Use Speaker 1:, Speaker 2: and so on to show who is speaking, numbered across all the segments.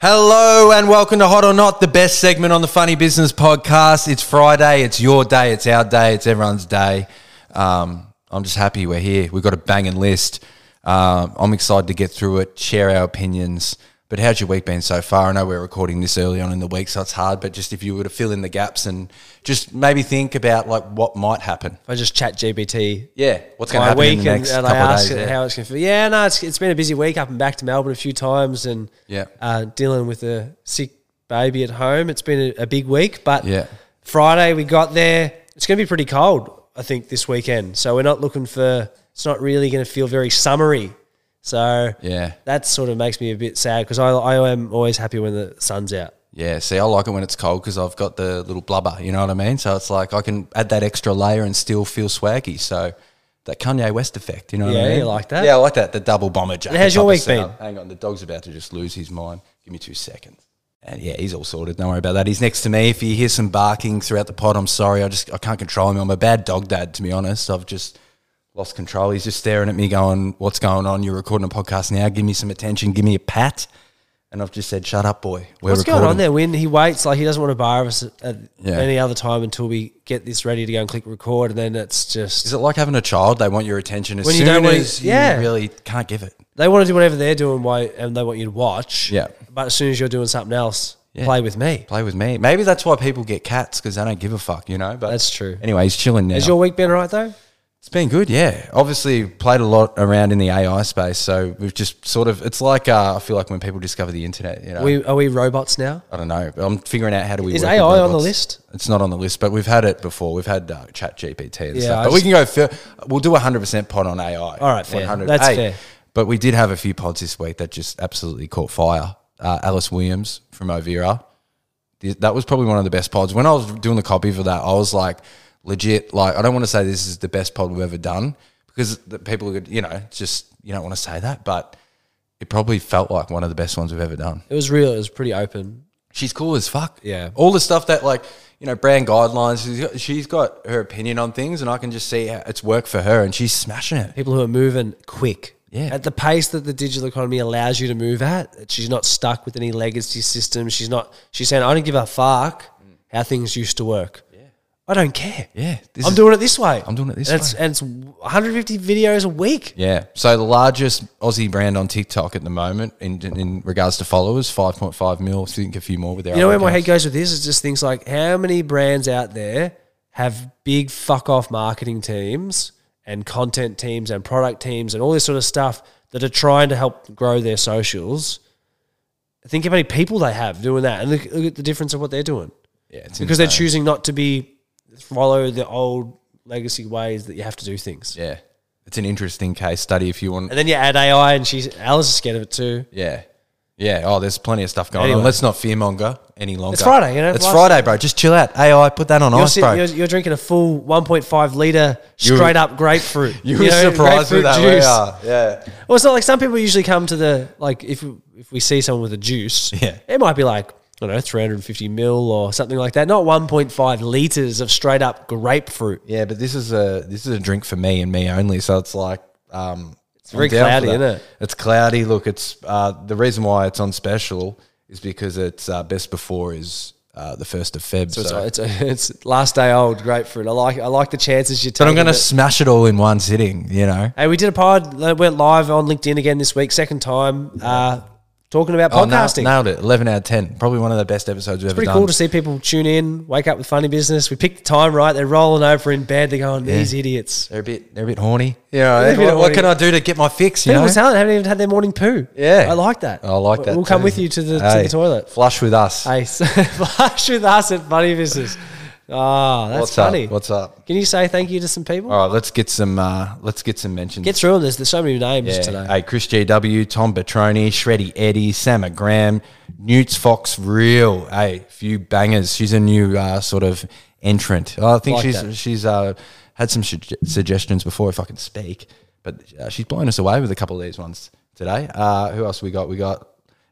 Speaker 1: Hello and welcome to Hot or Not, the best segment on the Funny Business Podcast. It's Friday, it's your day, it's our day, it's everyone's day. Um, I'm just happy we're here. We've got a banging list. Um, I'm excited to get through it, share our opinions. But how's your week been so far? I know we're recording this early on in the week, so it's hard. But just if you were to fill in the gaps and just maybe think about like what might happen.
Speaker 2: I just chat GBT.
Speaker 1: Yeah, what's going to
Speaker 2: My
Speaker 1: happen in
Speaker 2: week
Speaker 1: the
Speaker 2: and,
Speaker 1: next
Speaker 2: and I
Speaker 1: couple of
Speaker 2: ask
Speaker 1: days?
Speaker 2: it
Speaker 1: yeah.
Speaker 2: how it's going to feel. Yeah, no, it's, it's been a busy week. I've been back to Melbourne a few times and
Speaker 1: Yeah.
Speaker 2: uh, dealing with a sick baby at home. It's been a, a big week, but
Speaker 1: Yeah.
Speaker 2: Friday we got there. It's going to be pretty cold, I think, this weekend. So we're not looking for. It's not really going to feel very summery. So
Speaker 1: Yeah.
Speaker 2: that sort of makes me a bit sad because I, I am always happy when the sun's out.
Speaker 1: Yeah, see, I like it when it's cold because I've got the little blubber. You know what I mean? So it's like I can add that extra layer and still feel swaggy. So that Kanye West effect. You know what I
Speaker 2: Yeah,
Speaker 1: mean?
Speaker 2: you like that?
Speaker 1: Yeah, I like that. The double bomber jacket.
Speaker 2: how's your
Speaker 1: type of
Speaker 2: week
Speaker 1: setup.
Speaker 2: been?
Speaker 1: Hang on, the dog's about to just lose his mind. Give me two seconds. And yeah, he's all sorted. Don't worry about that. He's next to me. If you hear some barking throughout the pod, I'm sorry. I just I can't control him. I'm a bad dog dad, to be honest. I've just lost control. He's just staring at me, going, "What's going on? You're recording a podcast now. Give me some attention. Give me a pat." And I've just said, "Shut up, boy." We're
Speaker 2: What's going on
Speaker 1: recording."
Speaker 2: there? When he waits, like he doesn't want to bar us at, at
Speaker 1: Yeah.
Speaker 2: any other time until we get this ready to go and click record, and then it's just
Speaker 1: Is it like having a child? They want your attention as
Speaker 2: When you
Speaker 1: soon
Speaker 2: don't want
Speaker 1: as
Speaker 2: to- yeah.
Speaker 1: you really can't give it.
Speaker 2: they want to do whatever they're doing, why and they want you to watch.
Speaker 1: Yeah.
Speaker 2: but as soon as you're doing something else,
Speaker 1: Yeah.
Speaker 2: play with me.
Speaker 1: Play with me. Maybe that's why people get cats because they don't give a fuck, you know. But
Speaker 2: That's true.
Speaker 1: Anyway, he's chilling now.
Speaker 2: Has your week been alright though?
Speaker 1: it's been good, yeah. Obviously, played a lot around in the AI space, so we've just sort of. It's like uh, I feel like when people discover the internet, you know.
Speaker 2: We are we robots now?
Speaker 1: I don't know, but I'm figuring out how do we.
Speaker 2: Is
Speaker 1: work
Speaker 2: AI
Speaker 1: with
Speaker 2: on the
Speaker 1: robots.
Speaker 2: list?
Speaker 1: It's not on the list, but we've had it before. We've had uh, Chat GPT and
Speaker 2: Yeah,
Speaker 1: stuff.
Speaker 2: I
Speaker 1: But we
Speaker 2: just-
Speaker 1: can go. Fir- we'll do a hundred percent pod on AI. All
Speaker 2: right, fair. That's fair.
Speaker 1: But we did have a few pods this week that just absolutely caught fire. Uh, Alice Williams from Ovira. Th- That was probably one of the best pods. When I was doing the copy for that, I was like, legit. Like, I don't want to say this is the best pod we've ever done because the people could, you know, just you don't want to say that, but it probably felt like one of the best ones we've ever done.
Speaker 2: It was real. It was pretty open.
Speaker 1: She's cool as fuck.
Speaker 2: Yeah.
Speaker 1: All the stuff that like, you know, brand guidelines, she's got, she's got her opinion on things and I can just see how it's work for her and she's smashing it.
Speaker 2: People who are moving quick.
Speaker 1: Yeah.
Speaker 2: At the pace that the digital economy allows you to move at, she's not stuck with any legacy system. She's not. She's saying, "I don't give a fuck
Speaker 1: Mm.
Speaker 2: how things used to work. Yeah. I don't care.
Speaker 1: Yeah. This
Speaker 2: I'm
Speaker 1: is-
Speaker 2: doing it this way.
Speaker 1: I'm doing it this
Speaker 2: and It's, and it's 150 videos a week.
Speaker 1: Yeah. So the largest Aussie brand on TikTok at the moment in, in regards to followers, 5.5 mil. I think a few more with their
Speaker 2: You know where my
Speaker 1: own
Speaker 2: head
Speaker 1: accounts.
Speaker 2: goes with this is just things like how many brands out there have big fuck off marketing teams and content teams and product teams and all this sort of stuff that are trying to help grow their socials. Think how many people they have doing that, and look, look at the difference of what they're doing
Speaker 1: Yeah. It's
Speaker 2: because they're
Speaker 1: insane.
Speaker 2: choosing not to be follow the old legacy ways that you have to do things.
Speaker 1: Yeah. It's an interesting case study if you want.
Speaker 2: And then you add AI, and she's Alice is scared of it too.
Speaker 1: Yeah. Yeah. Oh, there's plenty of stuff going on.
Speaker 2: Anyway.
Speaker 1: Let's not fearmonger any longer.
Speaker 2: Friday, you know,
Speaker 1: It's
Speaker 2: life's-
Speaker 1: Friday, bro. Just chill out. AI, put that on
Speaker 2: You're,
Speaker 1: ice,
Speaker 2: sit-
Speaker 1: bro.
Speaker 2: you're, you're drinking a full 1.5 liter
Speaker 1: You-
Speaker 2: straight up grapefruit.
Speaker 1: You were
Speaker 2: know,
Speaker 1: surprised with
Speaker 2: grapefruit
Speaker 1: that.
Speaker 2: juice.
Speaker 1: We are. Yeah.
Speaker 2: Well, it's not like some people usually come to the like if if we see someone with a juice,
Speaker 1: Yeah.
Speaker 2: it might be like I don't know 350 mil or something like that, not 1.5 liters of straight up grapefruit.
Speaker 1: Yeah, but this is a this is a drink for me and me only. So it's like um, it's
Speaker 2: very cloudy, isn't it?
Speaker 1: It's cloudy. Look, it's uh, the reason why it's on special is because it's uh, best before is uh, the first of Feb. So,
Speaker 2: It's, it's, it's last day old grapefruit. I like I like the chances you're
Speaker 1: but
Speaker 2: taking.
Speaker 1: I'm going to
Speaker 2: it.
Speaker 1: smash it all in one sitting. You know.
Speaker 2: Hey, we did a pod. like, Went live on LinkedIn again this week, second time. Uh, talking about
Speaker 1: Oh, nailed,
Speaker 2: podcasting.
Speaker 1: nailed it. Eleven out of ten. Probably one of the best episodes we've ever
Speaker 2: Pretty
Speaker 1: done.
Speaker 2: cool to see people tune in, wake up with funny business. We picked the time right. They're rolling over in bed. They're going, these idiots.
Speaker 1: they're a bit they're a bit horny. Yeah.
Speaker 2: They're a bit
Speaker 1: what, what
Speaker 2: horny.
Speaker 1: can I do to get my fix? You
Speaker 2: People
Speaker 1: know.
Speaker 2: with talent haven't even had their morning poo.
Speaker 1: Yeah.
Speaker 2: I like that.
Speaker 1: I like that.
Speaker 2: We'll come
Speaker 1: too.
Speaker 2: with you to the to
Speaker 1: Hey,
Speaker 2: the toilet.
Speaker 1: Flush with us.
Speaker 2: Hey, so- flush with us at funny business. Ah, that's
Speaker 1: What's
Speaker 2: funny.
Speaker 1: up? Oh. What's up?
Speaker 2: Can you say thank you to some people?
Speaker 1: All right, let's get some uh, let's get some mentions.
Speaker 2: Get through them. There's, there's so many names
Speaker 1: Yeah.
Speaker 2: today.
Speaker 1: Hey, Chris GW, Tom Petroni, Shreddy Eddie, Sam Graham, Newts Fox Real. Hey, few bangers. She's a new uh, sort of entrant. Oh, I think
Speaker 2: Like
Speaker 1: she's
Speaker 2: that.
Speaker 1: she's uh, had some sug- suggestions before if I can speak, but uh, she's blown us away with a couple of these ones today. Uh, who else we got? We got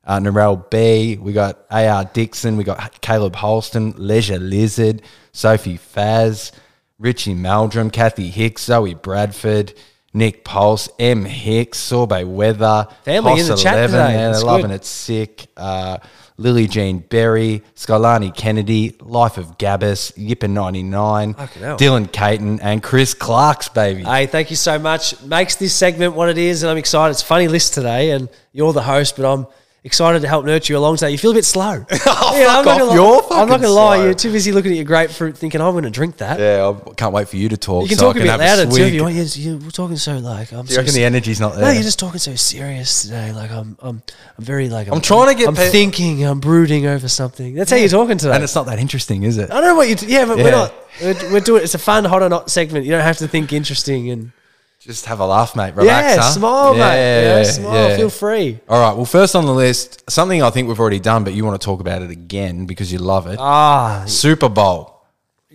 Speaker 1: uh, Narelle B. We got AR Dixon. We got Caleb Holston, Leisure Lizard, Sophie Faz, Richie Meldrum, Kathy Hicks, Zoe Bradford, Nick Pulse, M Hicks, Sorbet Weather,
Speaker 2: Family in the
Speaker 1: Hoss
Speaker 2: chat
Speaker 1: 11,
Speaker 2: today.
Speaker 1: Yeah,
Speaker 2: That's
Speaker 1: they're
Speaker 2: good.
Speaker 1: loving it. Sick. Uh, Lily Jean Berry, Skylani Kennedy, Life of Gabbus, Yippin 99,
Speaker 2: Fucking hell.
Speaker 1: Dylan Caton, and Chris Clark's baby.
Speaker 2: Hey, thank you so much. Makes this segment what it is, and I'm excited. It's a funny list today, and you're the host, but I'm excited to help nurture you along today. You feel a bit slow.
Speaker 1: Oh, fuck
Speaker 2: not
Speaker 1: off.
Speaker 2: gonna
Speaker 1: You're
Speaker 2: lie. I'm not
Speaker 1: fucking
Speaker 2: gonna lie.
Speaker 1: slow.
Speaker 2: You're too busy looking at your grapefruit, thinking I'm going to drink that.
Speaker 1: yeah, I can't wait for you to talk.
Speaker 2: You can
Speaker 1: so
Speaker 2: talk
Speaker 1: I
Speaker 2: a
Speaker 1: can
Speaker 2: bit
Speaker 1: have
Speaker 2: louder
Speaker 1: a
Speaker 2: too. If
Speaker 1: swig.
Speaker 2: you want. You're, you're talking so like I'm.
Speaker 1: Do you reckon
Speaker 2: so
Speaker 1: the energy's not there?
Speaker 2: no, you're just talking so serious today. Like I'm, I'm, I'm very like I'm,
Speaker 1: trying to get
Speaker 2: I'm
Speaker 1: pe-
Speaker 2: thinking. I'm brooding over something. That's how you're talking today.
Speaker 1: and it's not that interesting, is it?
Speaker 2: I don't know what you. Do. Yeah, but
Speaker 1: Yeah.
Speaker 2: we're not. We're, we're doing. It's a fun hot or not segment. You don't have to think interesting and
Speaker 1: Just have a laugh, mate. Relax.
Speaker 2: yeah,
Speaker 1: huh?
Speaker 2: smile,
Speaker 1: Yeah,
Speaker 2: mate. Yeah,
Speaker 1: yeah,
Speaker 2: smile.
Speaker 1: yeah.
Speaker 2: Feel free.
Speaker 1: All right. Well, first on the list, something I think we've already done, but you want to talk about it again because you love it.
Speaker 2: Ah,
Speaker 1: Super Bowl.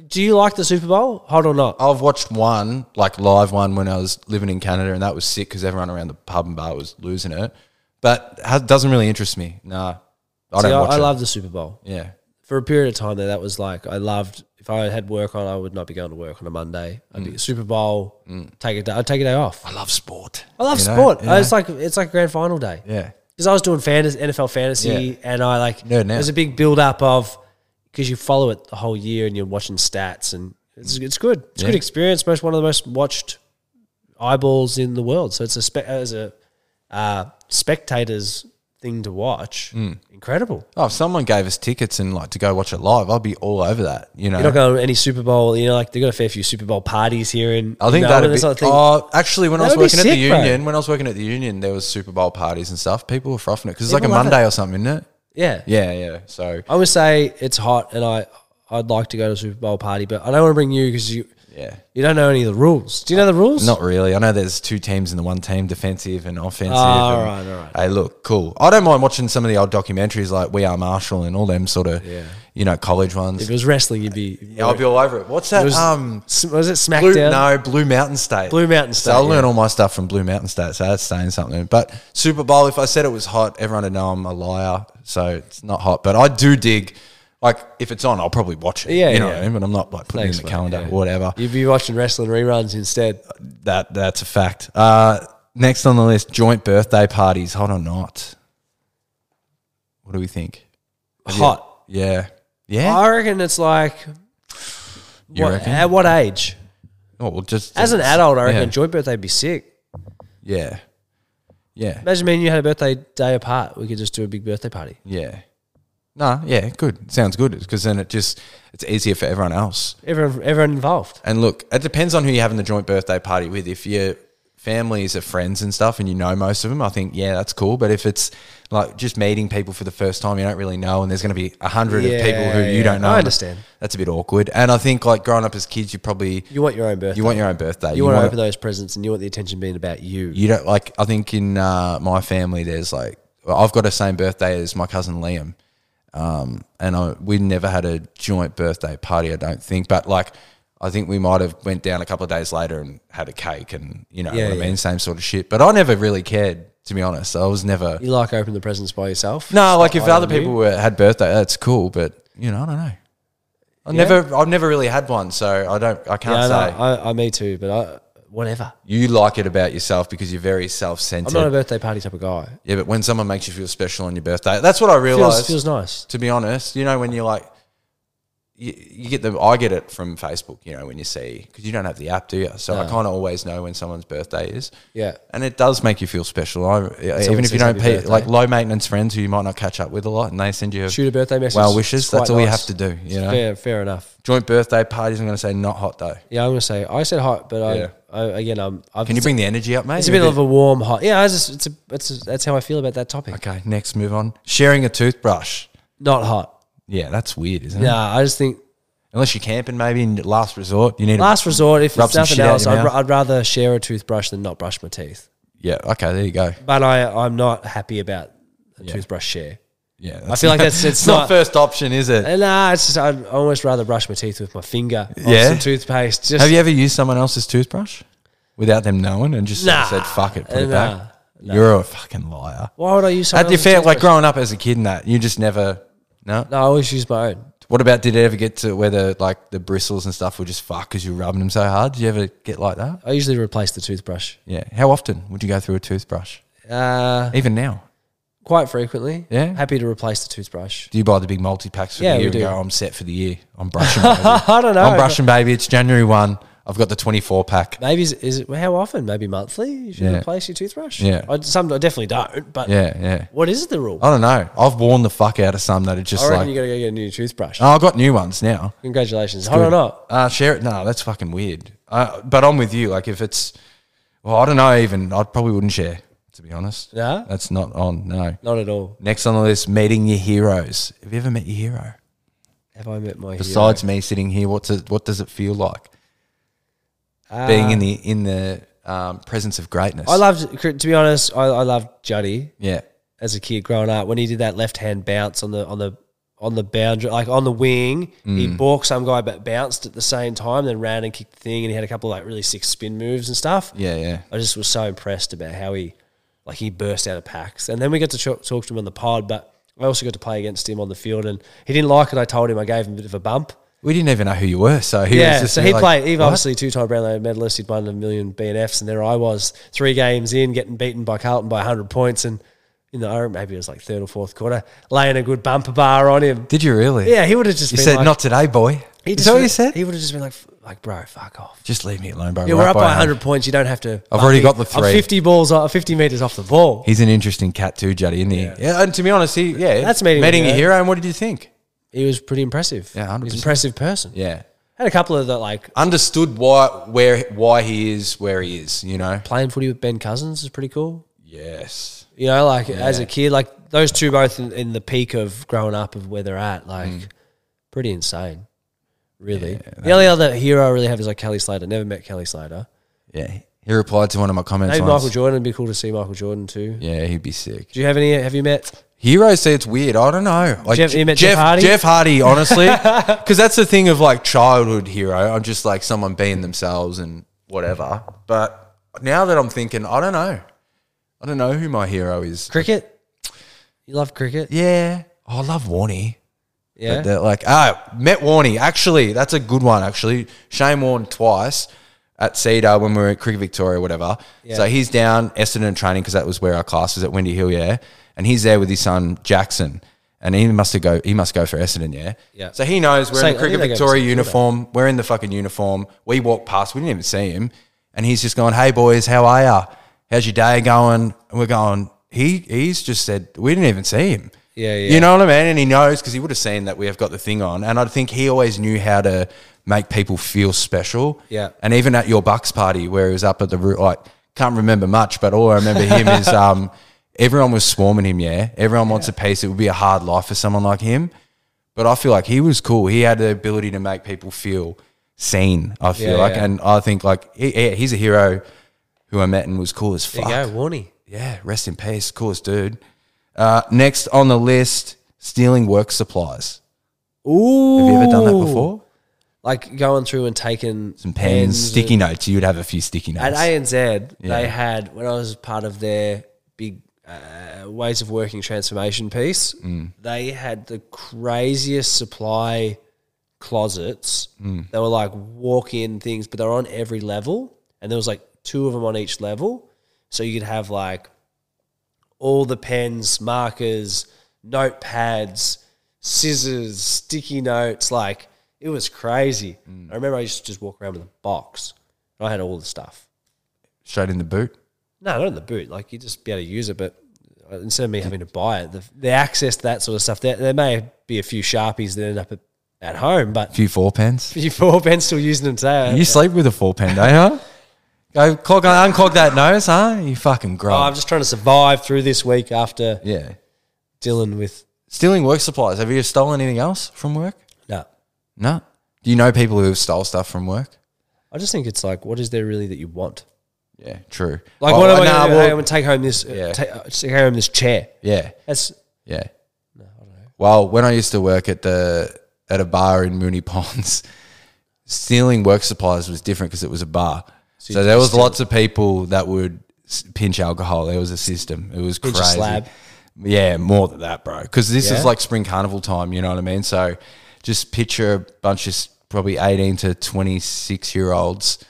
Speaker 2: do you like the Super Bowl? Hot or not?
Speaker 1: I've watched one, like live one, when I was living in Canada, and that was sick because everyone around the pub and bar was losing it. But it doesn't really interest me. Nah, I
Speaker 2: See,
Speaker 1: don't
Speaker 2: I,
Speaker 1: watch
Speaker 2: I
Speaker 1: it.
Speaker 2: love the Super Bowl.
Speaker 1: yeah.
Speaker 2: For a period of time there, that was like I loved. If I had work on, I would not be going to work on a Monday. I'd
Speaker 1: Mm.
Speaker 2: be Super Bowl. Take a day. I'd take a day off.
Speaker 1: I love sport.
Speaker 2: I love
Speaker 1: Mm. You know?
Speaker 2: sport.
Speaker 1: Yeah.
Speaker 2: It's like it's like grand final day.
Speaker 1: yeah.
Speaker 2: because I was doing fantasy, NFL fantasy,
Speaker 1: Yeah.
Speaker 2: and I like
Speaker 1: Nerding out.
Speaker 2: there's a big build up of because you follow it the whole year and you're watching stats and it's, it's good. It's a good
Speaker 1: Yeah.
Speaker 2: experience. Most one of the most watched eyeballs in the world. So it's a spe- as a uh, spectators thing to watch. Incredible.
Speaker 1: Oh, if someone gave us tickets and like to go watch it live, I'd be all over that. You know,
Speaker 2: You're not going to any Super Bowl. You know, like they got a fair few Super Bowl parties here in.
Speaker 1: I think that'd
Speaker 2: in Melbourne,
Speaker 1: be.
Speaker 2: that sort of thing.
Speaker 1: Oh, actually, when I was
Speaker 2: That would be
Speaker 1: working at the
Speaker 2: sick, bro.
Speaker 1: union, when I was working at the union, there was Super Bowl parties and stuff. People were frothing it because it's like a
Speaker 2: People love
Speaker 1: Monday or something, isn't it?
Speaker 2: yeah,
Speaker 1: Yeah, yeah. So
Speaker 2: I would say it's hot, and I I'd like to go to a Super Bowl party, but I don't want to bring you because you
Speaker 1: yeah,
Speaker 2: you don't know any of the rules. Do you know the rules?
Speaker 1: not really. I know there's two teams in the one team, defensive and offensive.
Speaker 2: Ah,
Speaker 1: and-
Speaker 2: alright, alright.
Speaker 1: Hey, look, cool. I don't mind watching some of the old documentaries like We Are Marshall and all them sort of, you know, college ones.
Speaker 2: If it was wrestling, you'd be.
Speaker 1: Yeah, I'll be all over it. What's that?
Speaker 2: was-
Speaker 1: um,
Speaker 2: S- was it
Speaker 1: Blue,
Speaker 2: SmackDown?
Speaker 1: no, Blue Mountain State.
Speaker 2: Blue Mountain State,
Speaker 1: So I'll learn
Speaker 2: yeah.
Speaker 1: all my stuff from Blue Mountain State. So that's saying something. But Super Bowl, if I said it was hot, everyone would know I'm a liar. So it's not hot. But I do dig. Like if it's on, I'll probably watch it.
Speaker 2: Yeah,
Speaker 1: you know
Speaker 2: yeah.
Speaker 1: what I mean. But I'm not like putting
Speaker 2: Thanks,
Speaker 1: it in the
Speaker 2: mate,
Speaker 1: calendar
Speaker 2: yeah.
Speaker 1: or whatever.
Speaker 2: You'd be watching wrestling reruns instead.
Speaker 1: That that's a fact. Uh, next on the list, joint birthday parties, hot or not? What do we think?
Speaker 2: Hot.
Speaker 1: Yeah, yeah.
Speaker 2: I reckon it's like.
Speaker 1: You
Speaker 2: Uh, what,
Speaker 1: reckon?
Speaker 2: At what age?
Speaker 1: Oh, well, just
Speaker 2: As an adult, I reckon
Speaker 1: Yeah.
Speaker 2: joint birthday would be sick.
Speaker 1: yeah, yeah.
Speaker 2: Imagine me and you had a birthday day apart. We could just do a big birthday party.
Speaker 1: Yeah. Nah, yeah, good. Sounds good because then it just it's easier for everyone else.
Speaker 2: Everyone, everyone involved.
Speaker 1: And look, it depends on who you're having the joint birthday party with. If your families are friends and stuff and you know most of them, I think yeah, that's cool. But if it's like just meeting people for the first time you don't really know, and there's going to be a hundred of people who
Speaker 2: Yeah, yeah.
Speaker 1: you don't know,
Speaker 2: I understand.
Speaker 1: That's a bit awkward. And I think like growing up as kids, you probably
Speaker 2: You want your own birthday.
Speaker 1: you want your own birthday.
Speaker 2: You want to
Speaker 1: want
Speaker 2: open those presents, and you want the attention being about you.
Speaker 1: you don't like i think in uh, my family there's like i've got the same birthday as my cousin liam um, and I, we never had a joint birthday party i don't think but like i think we might have went down a couple of days later and had a cake and you know
Speaker 2: Yeah,
Speaker 1: what
Speaker 2: yeah.
Speaker 1: i mean same sort of shit but i never really cared to be honest i was never
Speaker 2: You like opening the presents by yourself?
Speaker 1: no like if
Speaker 2: I
Speaker 1: other
Speaker 2: don't do.
Speaker 1: people were, had birthday that's cool but you know i don't know I never, I've never really had one, so I don't, I can't
Speaker 2: Yeah, I,
Speaker 1: say.
Speaker 2: know. I, I me too, but I whatever.
Speaker 1: You like it about yourself because you're very
Speaker 2: I'm
Speaker 1: self-centered.
Speaker 2: not a birthday party type of guy.
Speaker 1: Yeah, but when someone makes you feel special on your birthday, that's what I realized.
Speaker 2: Feels, feels nice.
Speaker 1: to be honest, you know, when you're like, you, you get the, I get it from Facebook, you know, when you see, because you don't have the app, do you? So I kind of always know when someone's birthday is.
Speaker 2: Yeah.
Speaker 1: And it does make you feel special. I, even if
Speaker 2: says
Speaker 1: you don't,
Speaker 2: happy
Speaker 1: pay,
Speaker 2: birthday.
Speaker 1: like low maintenance friends who you might not catch up with a lot and they send you
Speaker 2: eh? Shoot a birthday message.
Speaker 1: well
Speaker 2: It's
Speaker 1: wishes,
Speaker 2: quite
Speaker 1: that's all you
Speaker 2: nice.
Speaker 1: have to do, you know.
Speaker 2: Fair, fair enough.
Speaker 1: Joint birthday parties, I'm going to say not hot though.
Speaker 2: Yeah, I'm gonna say I said hot, but I,
Speaker 1: Yeah.
Speaker 2: I again, I'm. I've,
Speaker 1: Can you bring the energy up, mate?
Speaker 2: It's a bit of a warm hot. Yeah, I just, it's a, it's a, that's how I feel about that topic.
Speaker 1: Okay, next, move on. Sharing a toothbrush.
Speaker 2: Not hot.
Speaker 1: Yeah, that's weird, isn't it?
Speaker 2: Nah, I just think
Speaker 1: Unless you're camping, maybe in last resort, you need a
Speaker 2: last resort. If
Speaker 1: Rub
Speaker 2: it's
Speaker 1: some
Speaker 2: nothing
Speaker 1: shit out
Speaker 2: else,
Speaker 1: your
Speaker 2: I'd,
Speaker 1: mouth.
Speaker 2: ra- I'd rather share a toothbrush than not brush my teeth.
Speaker 1: Yeah. Okay. There you go.
Speaker 2: But I, I'm not happy about a toothbrush share.
Speaker 1: Yeah.
Speaker 2: I feel like that's it's
Speaker 1: not,
Speaker 2: not.
Speaker 1: first option, is it?
Speaker 2: Uh, Nah, it's just I'd almost rather brush my teeth with my finger. on
Speaker 1: Yeah?
Speaker 2: some toothpaste. Just
Speaker 1: Have you ever used someone else's toothbrush without them knowing and just sort of
Speaker 2: Nah.
Speaker 1: said "fuck it," put it
Speaker 2: Nah.
Speaker 1: back? You're a fucking liar.
Speaker 2: Why would I use?
Speaker 1: Had
Speaker 2: someone
Speaker 1: you
Speaker 2: else's
Speaker 1: felt like
Speaker 2: toothbrush?
Speaker 1: growing up as a kid and that you just never no
Speaker 2: No, I always use my own.
Speaker 1: What about did it ever get to where the like the bristles and stuff were just fuck because you're rubbing them so hard? Did you ever get like that?
Speaker 2: I usually replace the toothbrush
Speaker 1: Yeah. How often would you go through a toothbrush?
Speaker 2: uh,
Speaker 1: Even now,
Speaker 2: quite frequently.
Speaker 1: Yeah?
Speaker 2: happy to replace the toothbrush.
Speaker 1: do you buy the big multi packs for
Speaker 2: Yeah,
Speaker 1: the
Speaker 2: we
Speaker 1: year and
Speaker 2: do.
Speaker 1: go? I'm set for the year. I'm brushing. baby.
Speaker 2: I don't know.
Speaker 1: I'm brushing, baby. It's January one. I've got the 24 pack.
Speaker 2: Maybe is, is it how often? Maybe monthly. You should
Speaker 1: Yeah.
Speaker 2: replace your toothbrush.
Speaker 1: Yeah.
Speaker 2: I, some I definitely don't. But
Speaker 1: Yeah, yeah.
Speaker 2: what is the rule?
Speaker 1: I don't know. I've worn the fuck out of some that are
Speaker 2: I
Speaker 1: just
Speaker 2: reckon
Speaker 1: like,
Speaker 2: you gotta go get a new toothbrush.
Speaker 1: oh, I've got new ones now.
Speaker 2: Congratulations. Hot or not?
Speaker 1: Uh, share it. No, that's fucking weird. Uh, but I'm with you. Like, if it's, well, I don't know. Even I probably wouldn't share. To be honest,
Speaker 2: No?
Speaker 1: that's not on. No.
Speaker 2: Not at all.
Speaker 1: Next on the list, meeting your heroes. Have you ever met your hero?
Speaker 2: Have I met my hero?
Speaker 1: Besides me sitting here, what's it, what does it feel like being in the in the um, presence of greatness?
Speaker 2: Uh, I loved, to be honest, I, I loved Juddy
Speaker 1: yeah,
Speaker 2: as a kid growing up when he did that left hand bounce on the on the on the boundary, like on the wing. He
Speaker 1: Mm.
Speaker 2: balked some guy, but bounced at the same time, then ran and kicked the thing, and he had a couple of like really sick spin moves and stuff.
Speaker 1: yeah, yeah.
Speaker 2: I just was so impressed about how he, like, he burst out of packs. And then we got to ch- talk to him on the pod, but I also got to play against him on the field, and he didn't like it. I told him I gave him a bit of a bump.
Speaker 1: We didn't even know who you were, so he was
Speaker 2: Yeah,
Speaker 1: just
Speaker 2: so he
Speaker 1: like,
Speaker 2: played. He
Speaker 1: "What?"
Speaker 2: obviously two time Brownlow medalist. He'd won a million BNFs, and there I was, three games in, getting beaten by Carlton by hundred points, and you know I remember maybe it was like third or fourth quarter, laying a good bumper bar on him.
Speaker 1: Did you really?
Speaker 2: Yeah, he would have just
Speaker 1: You
Speaker 2: been
Speaker 1: said
Speaker 2: like,
Speaker 1: not today, boy.
Speaker 2: He
Speaker 1: Is
Speaker 2: just
Speaker 1: that what
Speaker 2: would-
Speaker 1: you said?
Speaker 2: He would have just been like, f- like bro, fuck off.
Speaker 1: just leave me alone, bro.
Speaker 2: Yeah,
Speaker 1: We're
Speaker 2: we're up by
Speaker 1: 100.
Speaker 2: hundred points. You don't have to.
Speaker 1: I've already
Speaker 2: bump
Speaker 1: got
Speaker 2: me.
Speaker 1: the
Speaker 2: I'm
Speaker 1: three.
Speaker 2: fifty balls, o- fifty meters off the ball.
Speaker 1: He's an interesting cat too, Juddy, isn't he? Yeah. and to be honest, he yeah,
Speaker 2: That's meeting a
Speaker 1: a
Speaker 2: hero.
Speaker 1: hero. And what did you think?
Speaker 2: He was pretty impressive.
Speaker 1: Yeah, 100%.
Speaker 2: He's an impressive person.
Speaker 1: Yeah,
Speaker 2: Had a couple of the like
Speaker 1: understood why where why he is where he is. You know.
Speaker 2: playing footy with Ben Cousins is pretty cool.
Speaker 1: Yes.
Speaker 2: You know, like as a kid, like those two both in, in the peak of growing up of where they're at, like
Speaker 1: Mm.
Speaker 2: pretty insane, really. the only other hero I really have is like Kelly Slater. Never met Kelly Slater.
Speaker 1: Yeah. He replied to one of my comments.
Speaker 2: Maybe
Speaker 1: once.
Speaker 2: Michael Jordan. It'd be cool to see Michael Jordan too.
Speaker 1: Yeah, he'd be sick.
Speaker 2: Do you have any? Have you met?
Speaker 1: Heroes say it's weird. I don't know. Like
Speaker 2: Jeff- you met Jeff Hardy?
Speaker 1: Jeff Hardy, honestly, because that's the thing of like childhood hero. I'm just like someone being themselves and whatever. But now that I'm thinking, I don't know. I don't know who my hero is.
Speaker 2: Cricket? You love cricket?
Speaker 1: Yeah, Oh, I love Warnie.
Speaker 2: Yeah.
Speaker 1: They're like, oh, met Warney. Actually, that's a good one, actually. Shane Warne twice at Cedar when we were at Cricket Victoria or whatever. So he's down Essendon training because that was where our class was at Windy Hill, yeah. And he's there with his son Jackson. And he must have go he must go for Essendon, yeah.
Speaker 2: Yeah.
Speaker 1: So he knows we're
Speaker 2: So- I
Speaker 1: in
Speaker 2: think
Speaker 1: the Cricket
Speaker 2: they go to
Speaker 1: Victoria
Speaker 2: St Kilda.
Speaker 1: uniform. We're in the fucking uniform. We walk past, we didn't even see him. And he's just going, Hey boys, how are ya? How's your day going? And we're going, he he's just said we didn't even see him.
Speaker 2: Yeah, yeah.
Speaker 1: You know what I mean? And he knows because he would have seen that we have got the thing on. And I think he always knew how to make people feel special.
Speaker 2: Yeah.
Speaker 1: And even at your Bucks party where he was up at the root, like, can't remember much, but all I remember him is um, everyone was swarming him, yeah? Everyone wants a piece. It would be a hard life for someone like him. But I feel like he was cool. He had the ability to make people feel seen, I feel
Speaker 2: Yeah,
Speaker 1: like.
Speaker 2: yeah.
Speaker 1: And I think, like, he, yeah, he's a hero who I met and was cool as
Speaker 2: there
Speaker 1: fuck.
Speaker 2: you go, Warney.
Speaker 1: Yeah, rest in peace, coolest dude. Uh, next on the list, stealing work supplies.
Speaker 2: Ooh.
Speaker 1: Have you ever done that before?
Speaker 2: Like going through and taking
Speaker 1: Some pens, sticky notes. You'd have a few sticky
Speaker 2: At
Speaker 1: notes.
Speaker 2: ANZ, they had when I was part of their big uh, ways of working transformation piece. They had the craziest supply closets. They were like walk-in things, but they're on every level, and there was like two of them on each level, so you could have like all the pens, markers, notepads, scissors, sticky notes. Like it was crazy. I remember I used to just walk around with a box. And I had all the stuff.
Speaker 1: Straight in the boot.
Speaker 2: No, not in the boot. Like you just be able to use it, but uh, instead of me having to buy it, the, the access to that sort of stuff. There, there may be a few sharpies that end up at, at home,
Speaker 1: A
Speaker 2: but
Speaker 1: few four pens.
Speaker 2: you four Ben still using them today.
Speaker 1: You sleep with a four pen, don't you? Go clog, unclog that nose, huh? You fucking
Speaker 2: Oh,
Speaker 1: grub.
Speaker 2: I'm just trying to survive through this week after
Speaker 1: yeah.
Speaker 2: dealing with
Speaker 1: Stealing work supplies. Have you stolen anything else from work?
Speaker 2: no.
Speaker 1: No. Do you know people who have stole stuff from work?
Speaker 2: I just think it's like, what is there really that you want?
Speaker 1: Yeah, true.
Speaker 2: Like,
Speaker 1: Oh,
Speaker 2: what am I
Speaker 1: nah,
Speaker 2: going to do?
Speaker 1: well,
Speaker 2: Hey, I'm going to take home this,
Speaker 1: Yeah.
Speaker 2: yeah. take, uh, take home this chair.
Speaker 1: yeah.
Speaker 2: That's
Speaker 1: Yeah. No, I don't know. Well, when I used to work at the at a bar in Mooney Ponds, stealing work supplies was different because it was a bar. So, there was lots of people that would s- pinch alcohol. There was a system. It was
Speaker 2: a
Speaker 1: crazy.
Speaker 2: slab.
Speaker 1: Yeah, more than that, bro. Because this
Speaker 2: Yeah?
Speaker 1: is like spring carnival time. You know what I mean? So just picture a bunch of s- probably 18 to 26 year olds,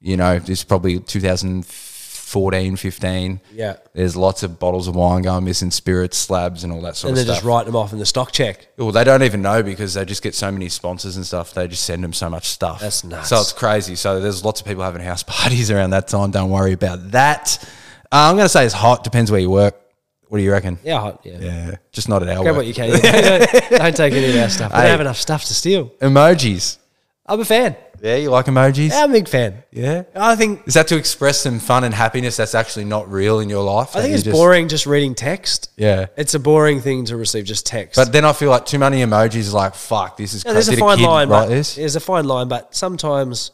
Speaker 1: you know, it's probably 2014, 15.
Speaker 2: Yeah.
Speaker 1: There's lots of bottles of wine going missing, spirits, slabs, and all that sort
Speaker 2: and
Speaker 1: of
Speaker 2: then
Speaker 1: stuff.
Speaker 2: just writing them off in the stock check.
Speaker 1: Well, they don't even know because they just get so many sponsors and stuff. They just send them so much stuff.
Speaker 2: That's nuts.
Speaker 1: So it's crazy. So there's lots of people having house parties around that time. Don't worry about that. Uh, I'm going to say it's hot. Depends where you work. What do you reckon?
Speaker 2: Yeah, hot, yeah.
Speaker 1: Yeah. Just not at our work.
Speaker 2: Grab what you can. don't, don't take any of our stuff. I
Speaker 1: Hey.
Speaker 2: don't have enough stuff to steal.
Speaker 1: Emojis.
Speaker 2: I'm a fan.
Speaker 1: Yeah, you like emojis?
Speaker 2: Yeah, I'm a big fan.
Speaker 1: Yeah.
Speaker 2: I think
Speaker 1: Is that to express some fun and happiness that's actually not real in your life?
Speaker 2: I
Speaker 1: that
Speaker 2: think
Speaker 1: you
Speaker 2: it's
Speaker 1: just-
Speaker 2: boring just reading text.
Speaker 1: Yeah.
Speaker 2: It's a boring thing to receive just text.
Speaker 1: But then I feel like too many emojis is like, fuck, this is
Speaker 2: Yeah,
Speaker 1: crazy.
Speaker 2: there's a
Speaker 1: Did
Speaker 2: fine
Speaker 1: kid
Speaker 2: line,
Speaker 1: write
Speaker 2: but
Speaker 1: this?
Speaker 2: there's a fine line, but sometimes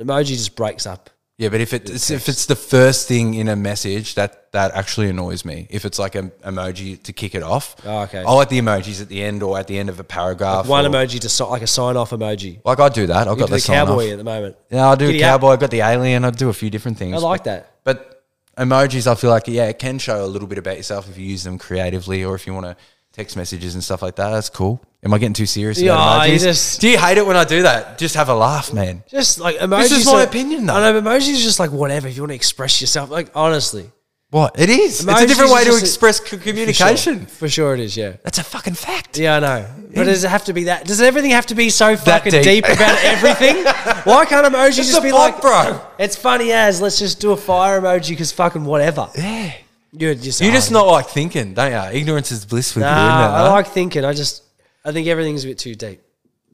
Speaker 2: emoji just breaks up.
Speaker 1: Yeah, but if it's if it's the first thing in a message, that that actually annoys me. If it's like an emoji to kick it off,
Speaker 2: Oh, okay.
Speaker 1: I like the emojis at the end or at the end of a paragraph.
Speaker 2: One
Speaker 1: or-
Speaker 2: emoji to so, like a sign off emoji.
Speaker 1: like I do that. I've
Speaker 2: You
Speaker 1: got
Speaker 2: do the
Speaker 1: the sign
Speaker 2: cowboy
Speaker 1: Off.
Speaker 2: at the moment.
Speaker 1: Yeah, I do
Speaker 2: Giddy up.
Speaker 1: cowboy. I've got the alien. I do a few different things.
Speaker 2: I like that.
Speaker 1: but emojis. I feel like yeah, it can show a little bit about yourself if you use them creatively or if you want to text messages and stuff like that. That's cool. Am I getting too serious?
Speaker 2: Yeah,
Speaker 1: about
Speaker 2: you
Speaker 1: emojis?
Speaker 2: just-
Speaker 1: do you hate it when I do that? Just have a laugh, man.
Speaker 2: Just like emojis.
Speaker 1: is my
Speaker 2: are-
Speaker 1: opinion, though.
Speaker 2: I know emojis are just like whatever. If you want to express yourself, like honestly,
Speaker 1: What it is? it's
Speaker 2: Emojis
Speaker 1: a different way
Speaker 2: is
Speaker 1: to
Speaker 2: just a-
Speaker 1: express c-
Speaker 2: For sure.
Speaker 1: communication.
Speaker 2: for sure it is. Yeah,
Speaker 1: That's a fucking fact.
Speaker 2: yeah, I know. But does it have to be that? Does everything have to be so fucking
Speaker 1: deep.
Speaker 2: deep. about everything? Why can't emoji
Speaker 1: It's
Speaker 2: just
Speaker 1: a
Speaker 2: be
Speaker 1: pod,
Speaker 2: like,
Speaker 1: bro.
Speaker 2: It's funny as let's just do a fire emoji because fucking whatever.
Speaker 1: Yeah.
Speaker 2: You're just
Speaker 1: You
Speaker 2: oh,
Speaker 1: just not like thinking, don't you? Ignorance is bliss with you, isn't it?
Speaker 2: Nah, I
Speaker 1: huh?
Speaker 2: like thinking. I just, I think everything's a bit too deep.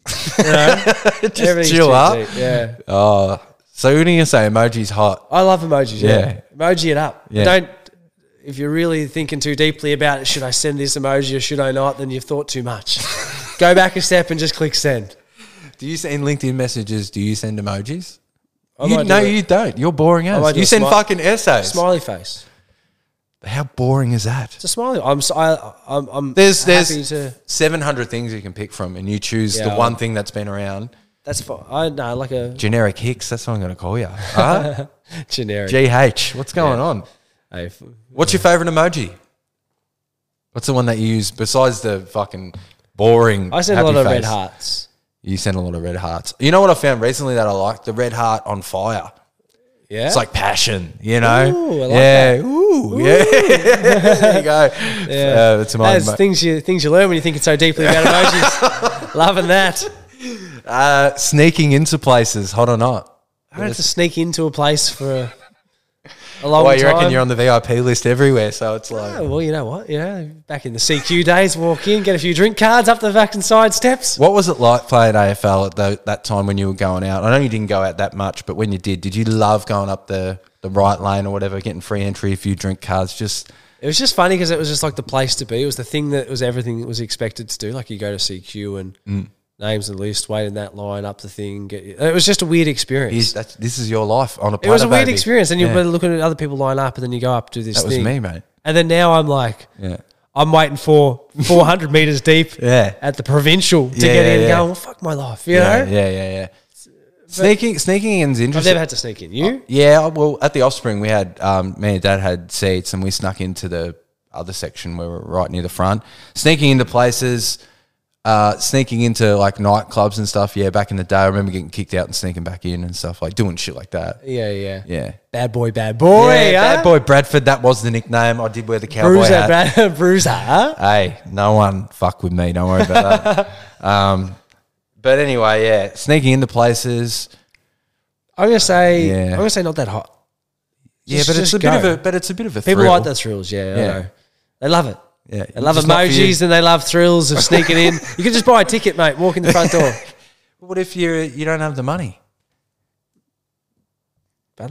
Speaker 1: just
Speaker 2: Everything's
Speaker 1: chill
Speaker 2: too
Speaker 1: up.
Speaker 2: deep, Yeah,
Speaker 1: Oh, so what are you gonna say? Emoji's hot.
Speaker 2: I love emojis. Yeah, emoji it up.
Speaker 1: Yeah.
Speaker 2: Don't. If you're really thinking too deeply about it, should I send this emoji or should I not? Then you've thought too much. Go back a step and just click send.
Speaker 1: Do you send LinkedIn messages? Do you send emojis?
Speaker 2: I
Speaker 1: You,
Speaker 2: might
Speaker 1: no,
Speaker 2: do a
Speaker 1: you don't. You're boring
Speaker 2: might
Speaker 1: as.
Speaker 2: do
Speaker 1: You
Speaker 2: a
Speaker 1: send
Speaker 2: smi-
Speaker 1: fucking essays.
Speaker 2: smiley face.
Speaker 1: How boring is that?
Speaker 2: It's a smiley. I'm. So, I, I'm. I'm
Speaker 1: There's
Speaker 2: happy
Speaker 1: there's
Speaker 2: to.
Speaker 1: 700 things you can pick from, and you choose
Speaker 2: Yeah,
Speaker 1: the
Speaker 2: I
Speaker 1: one thing that's been around.
Speaker 2: That's fine. I no like a
Speaker 1: Generic Hicks. That's what I'm gonna call you. Huh?
Speaker 2: generic.
Speaker 1: GH. What's going on?
Speaker 2: Hey, f-
Speaker 1: What's your favorite emoji? What's the one that you use besides the fucking boring?
Speaker 2: I send a
Speaker 1: happy
Speaker 2: lot of red
Speaker 1: face?
Speaker 2: hearts.
Speaker 1: You send a lot of red hearts. You know what I found recently that I like? The red heart on fire.
Speaker 2: Yeah.
Speaker 1: It's like passion, you know?
Speaker 2: Ooh, I like
Speaker 1: yeah. Ooh, yeah. there you go. Yeah. Uh, that's my
Speaker 2: That's things you things you learn when you think so deeply about emojis. Loving that.
Speaker 1: uh, sneaking into places, hot or not.
Speaker 2: I don't have to sneak into a place for a, a long
Speaker 1: Well, you
Speaker 2: time.
Speaker 1: reckon you're on the VIP list everywhere, so it's like.
Speaker 2: Oh, well, you know what? You know, back in the CQ days, walk in, get a few drink cards up the fucking side steps.
Speaker 1: What was it like playing AFL at tho- that time when you were going out? I know you didn't go out that much, but when you did, did you love going up the, the right lane or whatever, getting free entry, a few drink cards? Just
Speaker 2: It was just funny because it was just like the place to be. It was the thing that was everything that was expected to do. Like you go to CQ and
Speaker 1: Mm.
Speaker 2: names and list, wait in that line, up the thing. Get, it was just a weird experience.
Speaker 1: is that's, this is your life on a
Speaker 2: it was a
Speaker 1: platter,
Speaker 2: weird
Speaker 1: baby.
Speaker 2: experience, and you
Speaker 1: Yeah.
Speaker 2: were looking at other people line up, and then you go up do this.
Speaker 1: That was
Speaker 2: thing.
Speaker 1: me, mate.
Speaker 2: And then now I'm like,
Speaker 1: Yeah.
Speaker 2: I'm waiting for 400 meters deep
Speaker 1: Yeah.
Speaker 2: at the provincial to
Speaker 1: Yeah,
Speaker 2: get
Speaker 1: yeah,
Speaker 2: in and
Speaker 1: yeah.
Speaker 2: go, well, fuck my life, you
Speaker 1: Yeah,
Speaker 2: know?
Speaker 1: yeah, yeah, yeah. Sneaking, sneaking in's
Speaker 2: I've
Speaker 1: interesting.
Speaker 2: never had to sneak in. You?
Speaker 1: yeah, well, at the offspring, we had um, me and dad had seats, and we snuck into the other section where we we're right near the front, sneaking into places, uh, sneaking into like nightclubs and stuff. Yeah, back in the day, I remember getting kicked out and sneaking back in and stuff, like doing shit like that.
Speaker 2: yeah, yeah,
Speaker 1: Oh. Yeah.
Speaker 2: Bad boy, bad boy.
Speaker 1: yeah,
Speaker 2: huh?
Speaker 1: bad boy Bradford. That was the nickname. I did wear the cowboy
Speaker 2: Bruiser,
Speaker 1: hat.
Speaker 2: bad, bruiser. Huh?
Speaker 1: Hey, no one fuck with me. Don't worry about that. um, but anyway, yeah, sneaking into places.
Speaker 2: I'm gonna say,
Speaker 1: Yeah.
Speaker 2: I'm gonna say, not that hot.
Speaker 1: Yeah,
Speaker 2: Just-
Speaker 1: but it's
Speaker 2: just
Speaker 1: a bit of
Speaker 2: go.
Speaker 1: a but it's a bit of a
Speaker 2: People
Speaker 1: thrill.
Speaker 2: like the thrills. Yeah, I
Speaker 1: Yeah.
Speaker 2: know. They love it.
Speaker 1: Yeah,
Speaker 2: They love
Speaker 1: just not for you.
Speaker 2: emojis and they love thrills of sneaking in. You can just buy a ticket, mate. Walk in the front door.
Speaker 1: What if you you don't have the money?
Speaker 2: Bad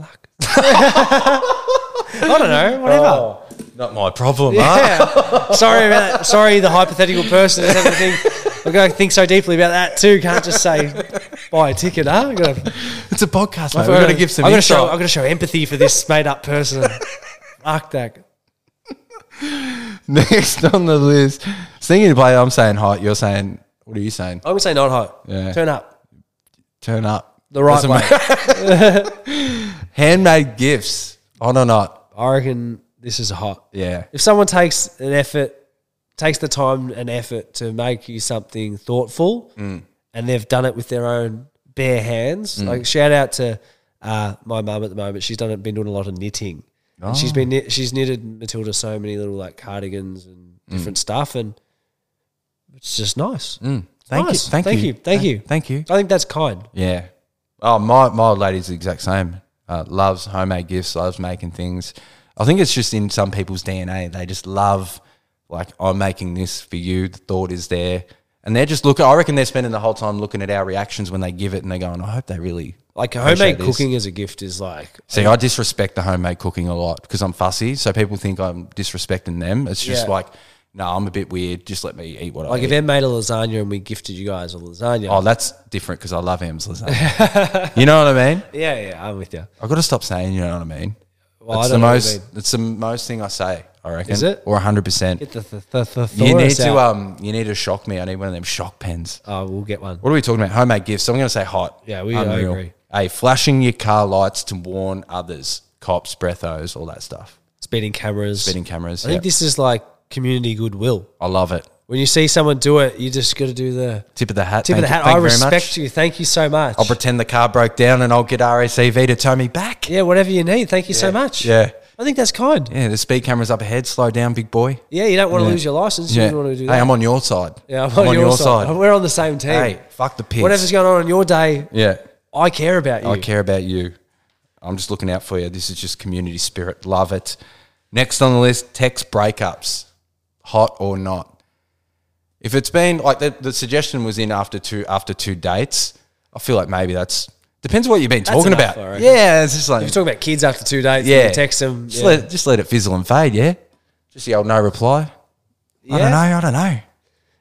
Speaker 2: luck. I don't know. Whatever.
Speaker 1: Oh. Not my problem,
Speaker 2: Yeah. Sorry about that. Sorry, the hypothetical person is having to think. I'm going to think so deeply about that too. Can't just say buy a ticket. Huh? I'm going to,
Speaker 1: It's a podcast, mate. We've got to give some
Speaker 2: I'm going to
Speaker 1: insight.
Speaker 2: show. I'm going to show empathy for this made up person. Fuck that.
Speaker 1: Next on the list, singing to play. I'm saying hot. You're saying what are you saying?
Speaker 2: I'm going to say not hot.
Speaker 1: Yeah.
Speaker 2: Turn up
Speaker 1: Turn up
Speaker 2: the right
Speaker 1: Doesn't
Speaker 2: way.
Speaker 1: matter. Handmade gifts on or not?
Speaker 2: I reckon this is hot.
Speaker 1: Yeah,
Speaker 2: If someone takes an effort takes the time and effort to make you something thoughtful,
Speaker 1: Mm.
Speaker 2: and they've done it with their own bare hands. Like shout out to uh, my mum at the moment; she's done it, been doing a lot of knitting. And
Speaker 1: Oh.
Speaker 2: she's been knit- she's knitted Matilda so many little like cardigans and
Speaker 1: Mm.
Speaker 2: different stuff, and it's just nice.
Speaker 1: Thank
Speaker 2: Nice.
Speaker 1: you. Thank,
Speaker 2: Thank you. Thank you.
Speaker 1: Thank you.
Speaker 2: I think that's kind.
Speaker 1: Yeah. Oh, my, my old lady's the exact same. Uh, loves homemade gifts, loves making things. I think it's just in some people's DNA. They just love, like, I'm making this for you. The thought is there. And they're just looking, I reckon they're spending the whole time looking at our reactions when they give it and they're going, I hope they really.
Speaker 2: Like homemade
Speaker 1: this.
Speaker 2: cooking as a gift is like
Speaker 1: See, I disrespect the homemade cooking a lot because I'm fussy. So people think I'm disrespecting them. It's just
Speaker 2: Yeah.
Speaker 1: like, no, I'm a bit weird. Just let me eat what I
Speaker 2: like
Speaker 1: eat.
Speaker 2: if Em made a lasagna and we gifted you guys a lasagna.
Speaker 1: oh, that's different because I love M's lasagna. you know what I mean?
Speaker 2: Yeah, yeah, I'm with you.
Speaker 1: I've got to stop saying, you know what I mean?
Speaker 2: Well,
Speaker 1: That's the
Speaker 2: I don't know what you
Speaker 1: most.
Speaker 2: mean.
Speaker 1: It's the most thing I say. I reckon.
Speaker 2: Is it?
Speaker 1: Or hundred percent.
Speaker 2: Get the, the, the, the
Speaker 1: You need
Speaker 2: thesaurus
Speaker 1: to
Speaker 2: out.
Speaker 1: um. You need to shock me. I need one of them shock pens.
Speaker 2: oh, we'll get one.
Speaker 1: What are we talking about? Homemade gifts. So I'm going to say hot.
Speaker 2: Yeah, we- I agree.
Speaker 1: Hey, flashing your car lights to warn others. Cops, brethos, all that stuff.
Speaker 2: Speeding cameras.
Speaker 1: Speeding cameras.
Speaker 2: I think
Speaker 1: yeah.
Speaker 2: this is like community goodwill.
Speaker 1: I love it.
Speaker 2: When you see someone do it, you just got to do the
Speaker 1: Tip of the hat.
Speaker 2: tip
Speaker 1: Thank
Speaker 2: of
Speaker 1: you-
Speaker 2: the hat.
Speaker 1: thank
Speaker 2: I
Speaker 1: you very much.
Speaker 2: respect you. Thank you so much.
Speaker 1: I'll pretend the car broke down and I'll get RACV to tow me back.
Speaker 2: yeah, whatever you need. Thank you so much.
Speaker 1: Yeah.
Speaker 2: I think that's kind. Yeah,
Speaker 1: Yeah. The speed camera's up ahead. Slow down, big boy.
Speaker 2: you don't want to
Speaker 1: Yeah.
Speaker 2: lose your license. You
Speaker 1: Yeah.
Speaker 2: don't want to do that.
Speaker 1: Hey, I'm on your side.
Speaker 2: yeah, I'm on, your, side. We're on the same team.
Speaker 1: Hey, fuck the pigs.
Speaker 2: Whatever's going on in your day,
Speaker 1: Yeah.
Speaker 2: I care about you.
Speaker 1: I care about you. I'm just looking out for you. This is just community spirit. Love it. Next on the list, text breakups, hot or not. If it's been like the, the suggestion was in after two after two dates, I feel like maybe that's depends what you've been talking
Speaker 2: enough, I
Speaker 1: about.
Speaker 2: reckon.
Speaker 1: Yeah, it's just like
Speaker 2: You're talking about kids after two dates. Yeah,
Speaker 1: yeah,
Speaker 2: you text them.
Speaker 1: Just,
Speaker 2: yeah.
Speaker 1: let, just let it fizzle and fade. Yeah, just the old no reply. I
Speaker 2: Yeah.
Speaker 1: don't know. I don't know.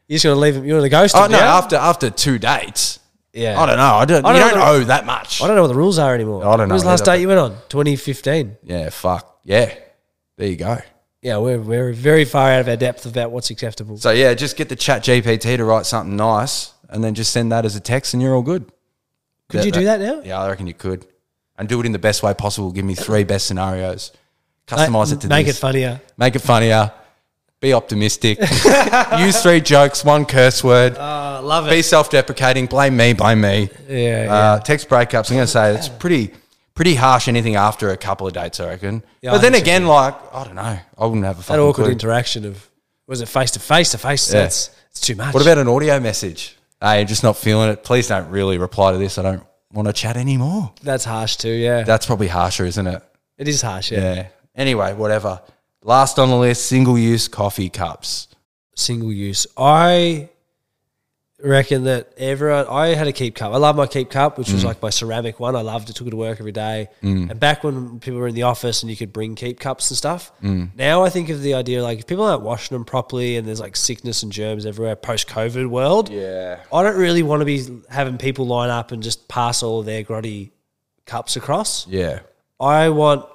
Speaker 2: You're just gonna leave them. You're gonna ghost them.
Speaker 1: Oh no,
Speaker 2: yeah?
Speaker 1: after after two dates,
Speaker 2: yeah.
Speaker 1: I don't know. I don't.
Speaker 2: I
Speaker 1: you
Speaker 2: don't
Speaker 1: don't
Speaker 2: know.
Speaker 1: owe that much.
Speaker 2: I don't know what the rules are anymore.
Speaker 1: I don't
Speaker 2: When
Speaker 1: know
Speaker 2: was the last
Speaker 1: either,
Speaker 2: date you went on? 2015.
Speaker 1: Yeah, fuck. Yeah, there you go.
Speaker 2: Yeah, we're, we're very far out of our depth about what's acceptable.
Speaker 1: So yeah, just get the chat GPT to write something nice and then just send that as a text and you're all good.
Speaker 2: Could you do that now?
Speaker 1: Yeah, I reckon you could. And do it in the best way possible. Give me three best scenarios. Customize it to
Speaker 2: Make
Speaker 1: this.
Speaker 2: it funnier.
Speaker 1: Make it funnier. Be optimistic. Use three jokes, one curse word.
Speaker 2: Uh, love
Speaker 1: be self-deprecating. Blame me, blame me.
Speaker 2: Yeah,
Speaker 1: Uh, text breakups. I'm going to say it's pretty, pretty harsh. Anything after a couple of dates, I reckon.
Speaker 2: Yeah,
Speaker 1: but
Speaker 2: I
Speaker 1: then
Speaker 2: think so,
Speaker 1: again, like I don't know. I wouldn't have a
Speaker 2: That
Speaker 1: fucking
Speaker 2: awkward
Speaker 1: clue.
Speaker 2: interaction of was it face to face to face? That's it's too much.
Speaker 1: What about an audio message? Hey, just not feeling it. Please don't really reply to this. I don't want to chat anymore.
Speaker 2: that's harsh too? Yeah,
Speaker 1: That's probably harsher, isn't it?
Speaker 2: it is harsh. Yeah,
Speaker 1: Yeah. Anyway, whatever. Last on the list, single use coffee cups.
Speaker 2: single use. I reckon that everyone. I had a keep cup. I love my keep cup, which was like my ceramic one. I loved it. Took it to work every day. And back when people were in the office and you could bring keep cups and stuff. Now I think of the idea like if people aren't washing them properly and there's like sickness and germs everywhere post COVID world.
Speaker 1: Yeah.
Speaker 2: I don't really want to be having people line up and just pass all their grotty cups across.
Speaker 1: Yeah.
Speaker 2: I want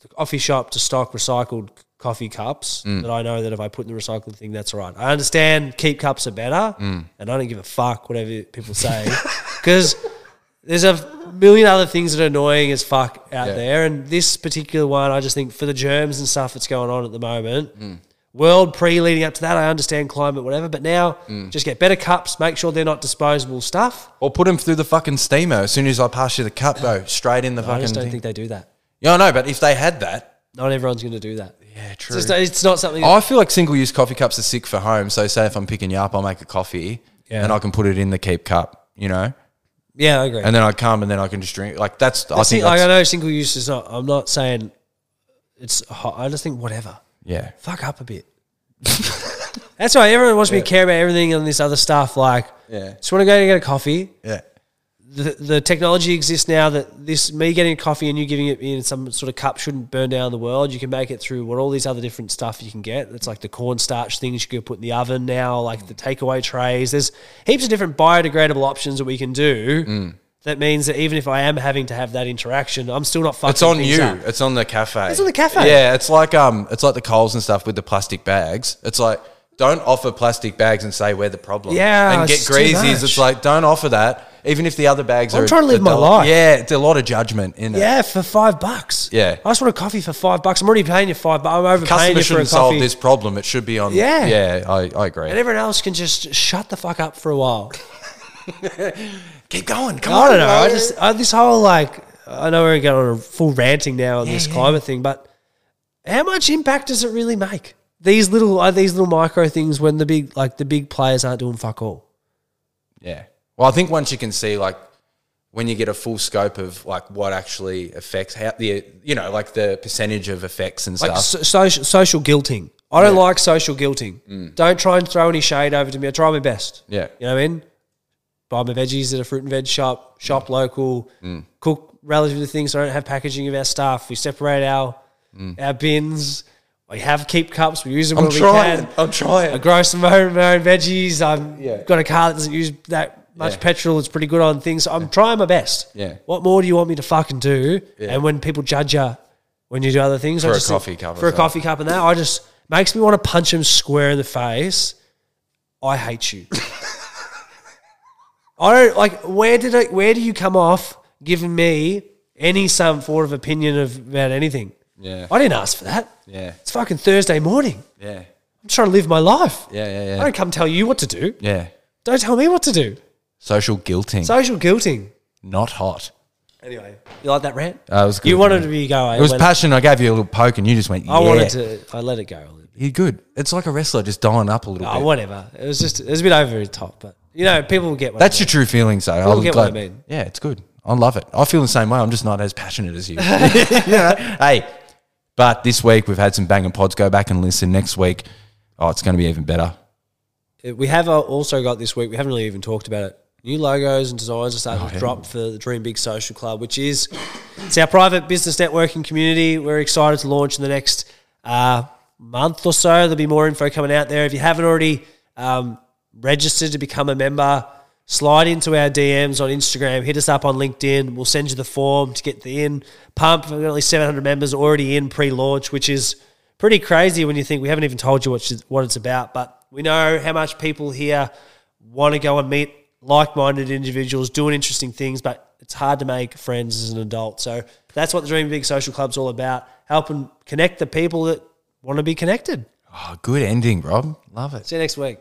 Speaker 2: the coffee shop to stock recycled coffee cups that I know that if I put in the recycling thing, that's all right. I understand keep cups are better, and I don't give a fuck whatever people say because there's a million other things that are annoying as fuck out there. And this particular one, I just think for the germs and stuff that's going on at the moment. World pre leading up to that, I understand climate, whatever, but now just get better cups, make sure they're not disposable stuff.
Speaker 1: Or put them through the fucking steamer. As soon as I pass you the cup, though, straight in the
Speaker 2: I
Speaker 1: fucking
Speaker 2: just don't
Speaker 1: thing.
Speaker 2: think they do that.
Speaker 1: yeah, I know, but if they had that.
Speaker 2: Not everyone's going to do that.
Speaker 1: Yeah, true.
Speaker 2: It's, just, it's not something.
Speaker 1: I feel like single use coffee cups are sick for home. So, say if I'm picking you up, I'll make a coffee
Speaker 2: Yeah.
Speaker 1: and I can put it in the keep cup, you know?
Speaker 2: yeah, I agree.
Speaker 1: And then I come and then I can just drink. Like, that's, I
Speaker 2: See,
Speaker 1: think,
Speaker 2: like
Speaker 1: that's,
Speaker 2: I know single use is not. I'm not saying it's. hot. I just think whatever.
Speaker 1: yeah.
Speaker 2: Fuck up a bit. That's why everyone wants me to care about everything and this other stuff. Like,
Speaker 1: Yeah.
Speaker 2: just want to go and get a coffee.
Speaker 1: Yeah.
Speaker 2: The, the technology exists now that this me getting a coffee and you giving it in some sort of cup shouldn't burn down the world. You can make it through what all these other different stuff you can get. It's like the cornstarch things you could put in the oven now, like the takeaway trays. There's heaps of different biodegradable options that we can do.
Speaker 1: Mm.
Speaker 2: That means that even if I am having to have that interaction, I'm still not fucking.
Speaker 1: It's on
Speaker 2: things
Speaker 1: you.
Speaker 2: up.
Speaker 1: It's on the cafe. It's
Speaker 2: on the cafe.
Speaker 1: Yeah, it's like um, it's like the Coles and stuff with the plastic bags. It's like don't offer plastic bags and say we're the problem.
Speaker 2: Yeah,
Speaker 1: and get
Speaker 2: it's too
Speaker 1: greasies.
Speaker 2: much.
Speaker 1: It's like don't offer that. Even if the other bags
Speaker 2: I'm
Speaker 1: are.
Speaker 2: trying to live
Speaker 1: a
Speaker 2: my
Speaker 1: dollar-
Speaker 2: life.
Speaker 1: Yeah, it's a lot of judgment in it.
Speaker 2: Yeah, for five bucks.
Speaker 1: Yeah.
Speaker 2: I just want a coffee for five bucks. I'm already paying you five bucks. I'm overpaying
Speaker 1: Customer
Speaker 2: you for a
Speaker 1: shouldn't
Speaker 2: coffee.
Speaker 1: solve this problem. It should be on.
Speaker 2: Yeah.
Speaker 1: Yeah, I, I agree.
Speaker 2: And everyone else can just shut the fuck up for a while.
Speaker 1: Keep going. Come
Speaker 2: I
Speaker 1: on.
Speaker 2: don't know. I
Speaker 1: bro.
Speaker 2: just I, this whole like I know we're going on a full ranting now on this
Speaker 1: yeah.
Speaker 2: climate thing, but how much impact does it really make? These little are these little micro things when the big like the big players aren't doing fuck all.
Speaker 1: Yeah. Well, I think once you can see like when you get a full scope of like what actually affects how the you know like the percentage of effects and
Speaker 2: Like
Speaker 1: stuff.
Speaker 2: so, social social guilting. I don't like social guilting. Don't try and throw any shade over to me. I try my best.
Speaker 1: Mm. Yeah.
Speaker 2: You know what I mean? Buy my veggies at a fruit and veg
Speaker 1: Mm.
Speaker 2: shop, shop local, cook relative to things. So I don't have packaging of our stuff. We separate our our bins. We have keep cups. We use them
Speaker 1: Mm. I'm
Speaker 2: when we
Speaker 1: trying.
Speaker 2: can.
Speaker 1: I'm
Speaker 2: I
Speaker 1: trying.
Speaker 2: grow some of my own, my own veggies. I've
Speaker 1: Yeah.
Speaker 2: got a car that doesn't use that much
Speaker 1: Yeah.
Speaker 2: petrol. It's pretty good on things. I'm trying my best.
Speaker 1: Yeah.
Speaker 2: What more do you want me to fucking do? And when people judge you when you do other things,
Speaker 1: For
Speaker 2: I
Speaker 1: a
Speaker 2: just think-
Speaker 1: coffee cup or
Speaker 2: for a
Speaker 1: something.
Speaker 2: coffee cup and that, I just makes me want to punch them square in the face. I hate you. I don't like. Where did I? Where do you come off giving me any some sort of opinion of about anything?
Speaker 1: Yeah.
Speaker 2: I didn't ask for that.
Speaker 1: Yeah.
Speaker 2: It's fucking Thursday morning.
Speaker 1: Yeah.
Speaker 2: I'm trying to live my life.
Speaker 1: Yeah. Yeah.
Speaker 2: I
Speaker 1: Yeah.
Speaker 2: don't come tell you what to do.
Speaker 1: Yeah.
Speaker 2: Don't tell me what to do.
Speaker 1: Social guilting.
Speaker 2: Social guilting.
Speaker 1: Not hot.
Speaker 2: Anyway, you like that rant?
Speaker 1: Uh, it was good.
Speaker 2: you wanted to be go. I
Speaker 1: It was
Speaker 2: went-
Speaker 1: passion. I gave you a little poke, and you just went. Yeah.
Speaker 2: I wanted to. I let it go. A little bit.
Speaker 1: You're good. It's like a wrestler just dialing up a little
Speaker 2: Oh,
Speaker 1: bit.
Speaker 2: whatever. It was just. It was a bit over the top, but you know, people get what I
Speaker 1: That's your true feelings, though. I'm
Speaker 2: get what I mean.
Speaker 1: Yeah, it's good. I love it. I feel the same way. I'm just not as passionate as you. Yeah. Hey, but this week we've had some banging pods. Go back and listen. Next week, oh, it's going to be even better.
Speaker 2: mean. We have uh, also got this week. We haven't really even talked about it. New logos and designs are starting to drop for the Dream Big Social Club, which is it's our private business networking community. We're excited to launch in the next uh, month or so. There'll be more info coming out there. If you haven't already um, registered to become a member, slide into our DMs on Instagram, hit us up on LinkedIn. We'll send you the form to get the in pump. We've got at least 700 members already in pre-launch, which is pretty crazy when you think we haven't even told you what, she's- what it's about. But we know how much people here want to go and meet like-minded individuals doing interesting things, but it's hard to make friends as an adult. So that's what the Dream Big Social Club's all about, helping connect the people that want to be connected.
Speaker 1: Oh, good ending, Rob. Love it.
Speaker 2: See you next week.